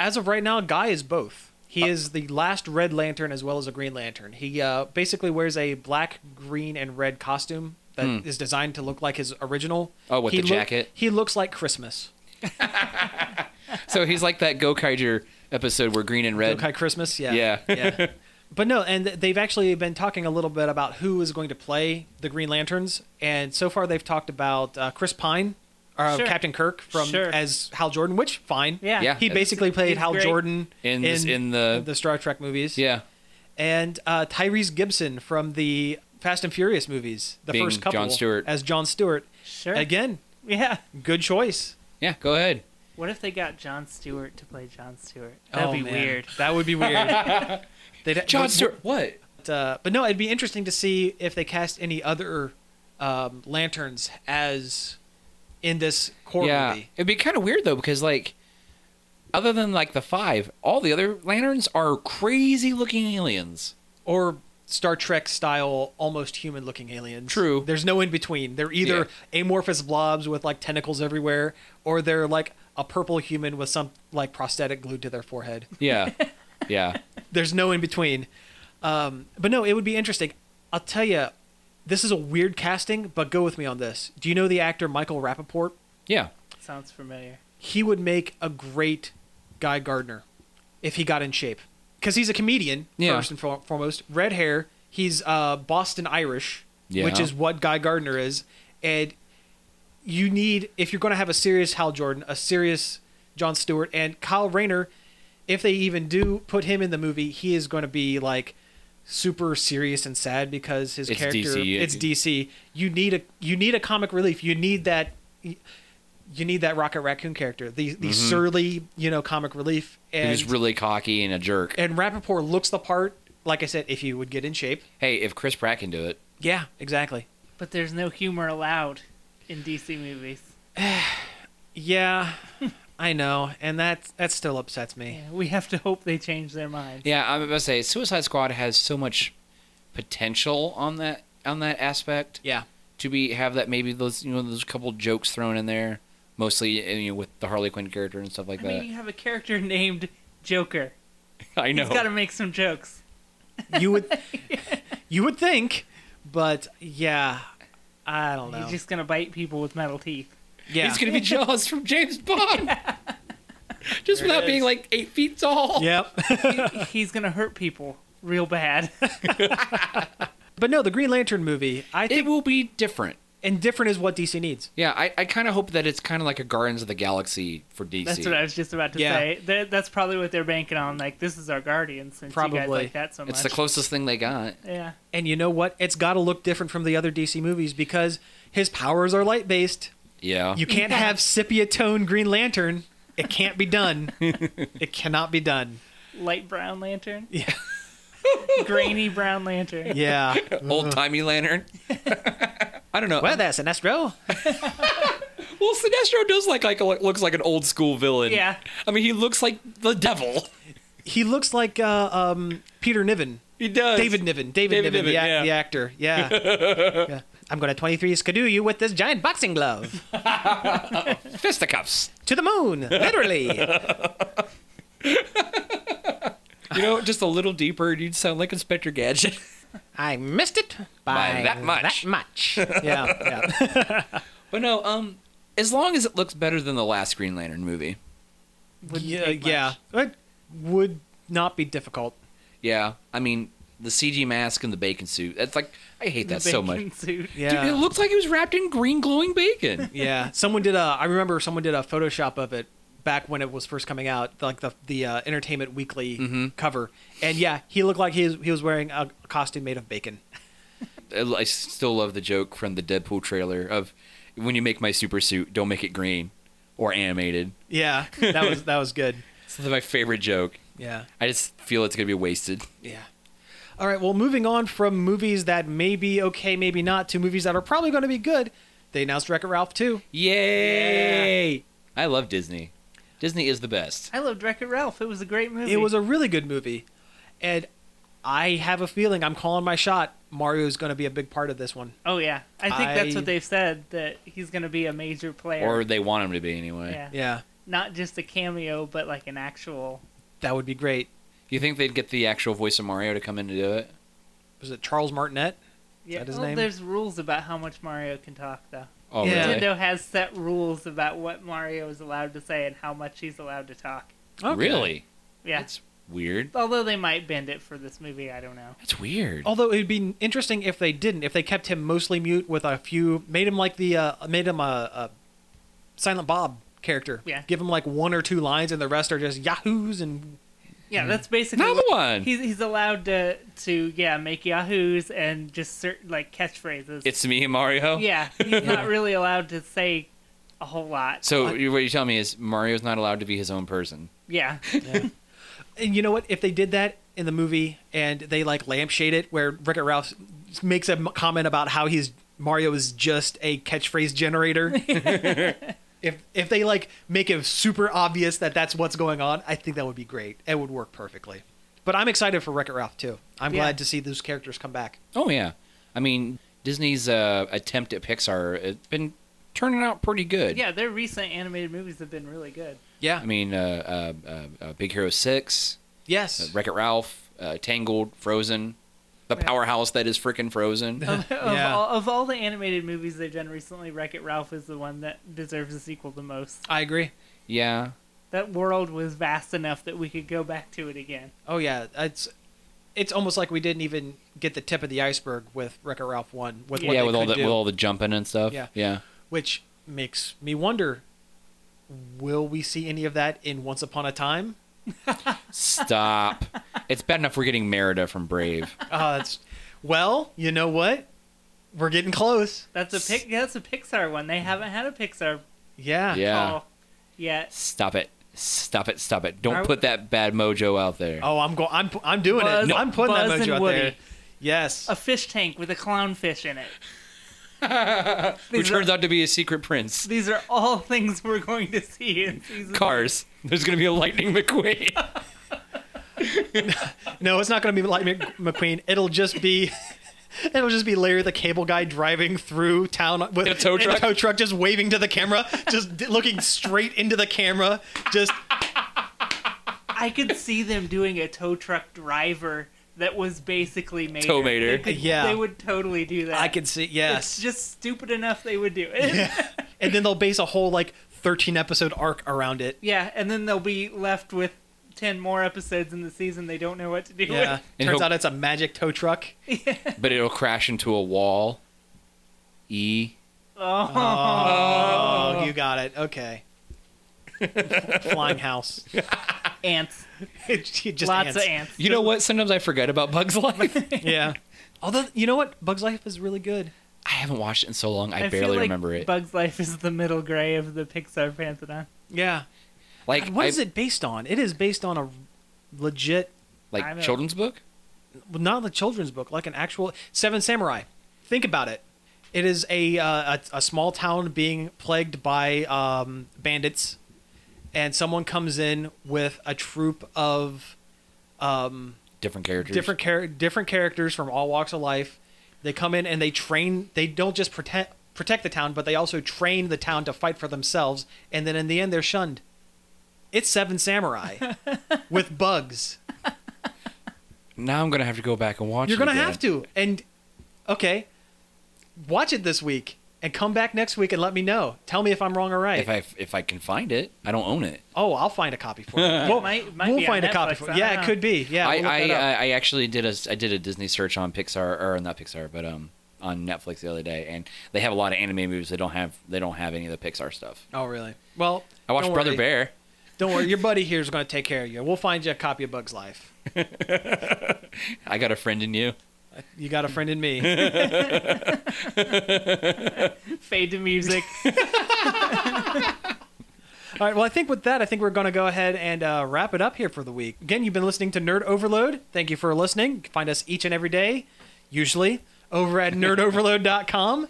As of right now, Guy is both. He Uh. is the last Red Lantern as well as a Green Lantern. He uh, basically wears a black, green, and red costume that is designed to look like his original. Hmm. Oh, with He the look- jacket? He looks like Christmas. So he's like that Gokaiger episode where Green and Red. Look like Christmas. Yeah. Yeah. yeah. But no, and they've actually been talking a little bit about who is going to play the Green Lanterns, and so far they've talked about uh, Chris Pine, uh, Sure. Captain Kirk from Sure. as Hal Jordan, which fine, Yeah. Yeah. he basically played he's Hal great. Jordan In this- in the- the Star Trek movies, Yeah. and uh, Tyrese Gibson from the Fast and Furious movies, the Being first couple, John Stewart. as John Stewart. Sure. Again, Yeah. good choice. Yeah. Go ahead. What if they got John Stewart to play John Stewart? That'd Oh, be man. weird. That would be weird. They'd- John Stewart. What? But uh, but no, it'd be interesting to see if they cast any other um, lanterns as in this core yeah, movie. it'd be kind of weird though because like, other than like the five, all the other lanterns are crazy looking aliens. or Star Trek style, almost human looking aliens. True. There's no in between. They're either amorphous blobs with like tentacles everywhere, or they're like a purple human with some like prosthetic glued to their forehead. Yeah, yeah. There's no in between. Um, but no, it would be interesting. I'll tell you, this is a weird casting, but go with me on this. Do you know the actor Michael Rappaport? Yeah. Sounds familiar. He would make a great Guy Gardner if he got in shape. Because he's a comedian, Yeah. first and for- foremost. Red hair. He's uh, Boston Irish, which Yeah. is what Guy Gardner is. And you need, if you're going to have a serious Hal Jordan, a serious John Stewart, and Kyle Rayner, if they even do put him in the movie, he is going to be like super serious and sad because his It's character DC. it's DC. You need a you need a comic relief. You need that you need that Rocket Raccoon character, the the surly you know comic relief. And Who's really cocky and a jerk. and Rappaport looks the part. Like I said, if you would get in shape. Hey, if Chris Pratt can do it, Yeah, exactly. But there's no humor allowed in DC movies. Yeah, I know, and that that still upsets me. Yeah, we have to hope they change their mind. yeah, I'm about to say Suicide Squad has so much potential on that on that aspect. Yeah, to be have that maybe those you know those couple jokes thrown in there, mostly uh, you know, with the Harley Quinn character and stuff like I that. mean, you have a character named Joker. I know. He's got to make some jokes. you would you would think, but yeah, I don't know. He's just gonna bite people with metal teeth. yeah, He's gonna be Jaws from James Bond, just without being like eight feet tall. yep. He's gonna hurt people real bad. but no, the Green Lantern movie, I It think, will be different. and different is what DC needs. Yeah, I, I kind of hope that it's kind of like a Guardians of the Galaxy for DC. That's what I was just about to Yeah. say. That, that's probably what they're banking on. Like, this is our guardian since you guys Probably. like that so much. It's the closest thing they got. yeah. And you know what? It's got to look different from the other DC movies because his powers are light based. Yeah. You can't have sepia tone Green Lantern. It can't be done. it cannot be done. Light brown lantern. Yeah. Grainy brown lantern. Yeah. Old timey lantern. I don't know. Well, that's Sinestro. Well, Sinestro does like like looks like an old school villain. Yeah. I mean, he looks like the devil. He looks like uh, um, Peter Niven. He does. David Niven. David, David Niven, the, Niven, ac- yeah. the actor. Yeah. Yeah. I'm going to 23 skidoo you with this giant boxing glove. fisticuffs. to the moon, literally. You know, just a little deeper, and you'd sound like Inspector Gadget. I missed it by, By that much. That much. Yeah. yeah. But no, um, as long as it looks better than the last Green Lantern movie, Wouldn't yeah. take much. yeah. It would not be difficult. yeah. I mean, the CG mask and the bacon suit. That's like, I hate The that so much. bacon Suit. Yeah. Dude, it looked like it was wrapped in green glowing bacon. Yeah, someone did a. I remember someone did a Photoshop of it back when it was first coming out, like the the uh, Entertainment Weekly cover. And yeah, he looked like he was, he was wearing a costume made of bacon. I I still love the joke from the Deadpool trailer of, "When you make my super suit, don't make it green or animated." Yeah, that was that was good. It's my favorite joke. Yeah, I just feel it's gonna be wasted. yeah. All right, well, moving on from movies that may be okay, maybe not, to movies that are probably going to be good. They announced Wreck-It Ralph 2. Yay! I love Disney. Disney is the best. I loved Wreck-It Ralph. It was a great movie. It was a really good movie, and I have a feeling I'm calling my shot. Mario's going to be a big part of this one. Oh yeah, I think that's I- what they've said that he's going to be a major player. Or they want him to be anyway. yeah. Yeah, not just a cameo, but like an actual. that would be great. You think they'd get the actual voice of Mario to come in to do it? Was it Charles Martinet? Yeah, that his well, name? there's rules about how much Mario can talk, though. Oh, Yeah. really? Nintendo has set rules about what Mario is allowed to say and how much he's allowed to talk. Okay. Really? Yeah. That's weird. Although they might bend it for this movie, I don't know. That's weird. Although it'd be interesting if they didn't, if they kept him mostly mute with a few, made him like the, uh, made him a, a Silent Bob character. Yeah. Give him like one or two lines, and the rest are just yahoos and Yeah, that's basically Hmm. Another what- one. He's he's allowed to to yeah make yahoos and just certain like catchphrases. It's me and Mario. yeah, he's not really allowed to say a whole lot. So you- what you're telling me is Mario's not allowed to be his own person. Yeah, And you know what? If they did that in the movie and they like lampshade it, where Wreck-It Ralph makes a m- comment about how he's Mario is just a catchphrase generator. if if they like make it super obvious that that's what's going on, I think that would be great. It would work perfectly. But I'm excited for Wreck-It Ralph too. I'm Yeah. glad to see those characters come back. Oh yeah, I mean Disney's uh, attempt at Pixar has been turning out pretty good. Yeah, their recent animated movies have been really good. Yeah. I mean uh, uh, uh, uh, Big Hero Six, uh, yes. Wreck It Ralph, uh, Tangled, Frozen, the Yeah. powerhouse that is frickin' Frozen. Of, of, Yeah. all, of all the animated movies they've done recently, Wreck It Ralph is the one that deserves a sequel the most. I agree. yeah, That world was vast enough that we could go back to it again. Oh yeah, it's it's almost like we didn't even get the tip of the iceberg with Wreck-It Ralph One. With what yeah, they with all could the do, with all the jumping and stuff. Yeah. yeah. which makes me wonder: Will we see any of that in Once Upon a Time? Stop. it's bad enough we're getting Merida from Brave. Uh, it's, well, you know what? We're getting close. That's a pic. That's a Pixar one. They haven't had a Pixar Yeah. Yeah. call yet. Stop it. Stop it. Stop it. Don't Are- put that bad mojo out there. Oh, I'm going. I'm I'm doing Buzz- it. I'm putting Buzz that and mojo out Woody. there. Yes. A fish tank with a clownfish in it. Who These are- turns out to be a secret prince. These are all things we're going to see in season. Cars. There's gonna be a Lightning McQueen. No, it's not going to be Lightning McQueen. It'll just be. It'll just be Larry the Cable Guy driving through town with In a tow in truck? tow truck, just waving to the camera, just d- looking straight into the camera. Just I could see them doing a tow truck driver that was basically made. Tow Mater. Yeah. they would totally do that. I can see It's yes, just stupid enough they would do it. and then they'll base a whole like thirteen episode arc around it. Yeah, and then they'll be left with ten more episodes in the season they don't know what to do Yeah, with. And turns he'll- out it's a magic tow truck. but it'll crash into a wall. E. Oh, Oh, you got it. Okay. Flying house. ants. It just Lots ants. of ants. You know what? Sometimes I forget about Bugs Life. Yeah. Although you know what, Bugs Life is really good. I haven't watched it in so long. I, I barely feel like remember it. Bug's Life is the middle gray of the Pixar pantheon. Yeah. like What I- is it based on? It is based on a legit, I know. Like children's book? well, not the children's book, like an actual Seven Samurai. Think about it. It is a uh, a, a small town being plagued by um, bandits, and someone comes in with a troop of Different characters. different char- different characters from all walks of life. They come in and they train. They don't just protect protect the town, but they also train the town to fight for themselves. And then in the end, they're shunned. It's Seven Samurai with bugs. Now I'm gonna have to go back and watch. You're it gonna again. have to. And okay, watch it this week and come back next week and let me know. Tell me if I'm wrong or right. If I if I can find it, I don't own it. oh, I'll find a copy for you. We'll, might- might we'll be on find a copy Netflix. for I you. Yeah, don't it know. could be. Yeah, I we'll look I, that up. I uh, I actually did a I did a Disney search on Pixar or not Pixar but um on Netflix the other day and they have a lot of anime movies they don't have they don't have any of the Pixar stuff. oh, really? Well, I watched don't Brother worry. Bear. Don't worry, your buddy here is going to take care of you. We'll find you a copy of Bugs Life. I got a friend in you. You got a friend in me. Fade to music. All right, well, I think with that, I think we're going to go ahead and uh, wrap it up here for the week. Again, you've been listening to Nerd Overload. Thank you for listening. You can find us each and every day, usually, over at nerdoverload.com.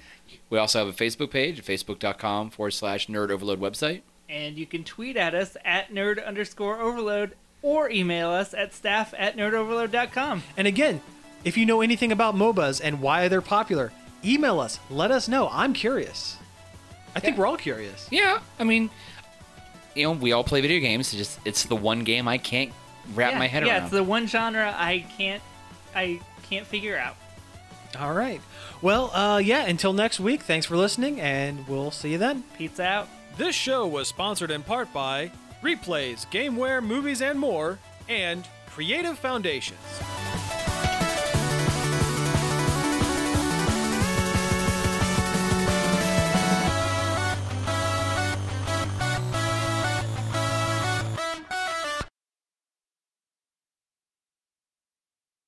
We also have a Facebook page, facebook.com forward slash nerd overload website. and you can tweet at us at nerd underscore overload or email us at staff at nerdoverload.com. And again, if you know anything about MOBAs and why they're popular, email us. Let us know. I'm curious. I think we're all curious. Yeah, I mean, you know, we all play video games. It's just it's the one game I can't wrap yeah, my head yeah, around. it's the one genre I can't I can't figure out. All right. Well, uh, yeah, until next week, thanks for listening, and we'll see you then. Pizza out. This show was sponsored in part by Replays, Gameware, Movies, and More, and Creative Foundations.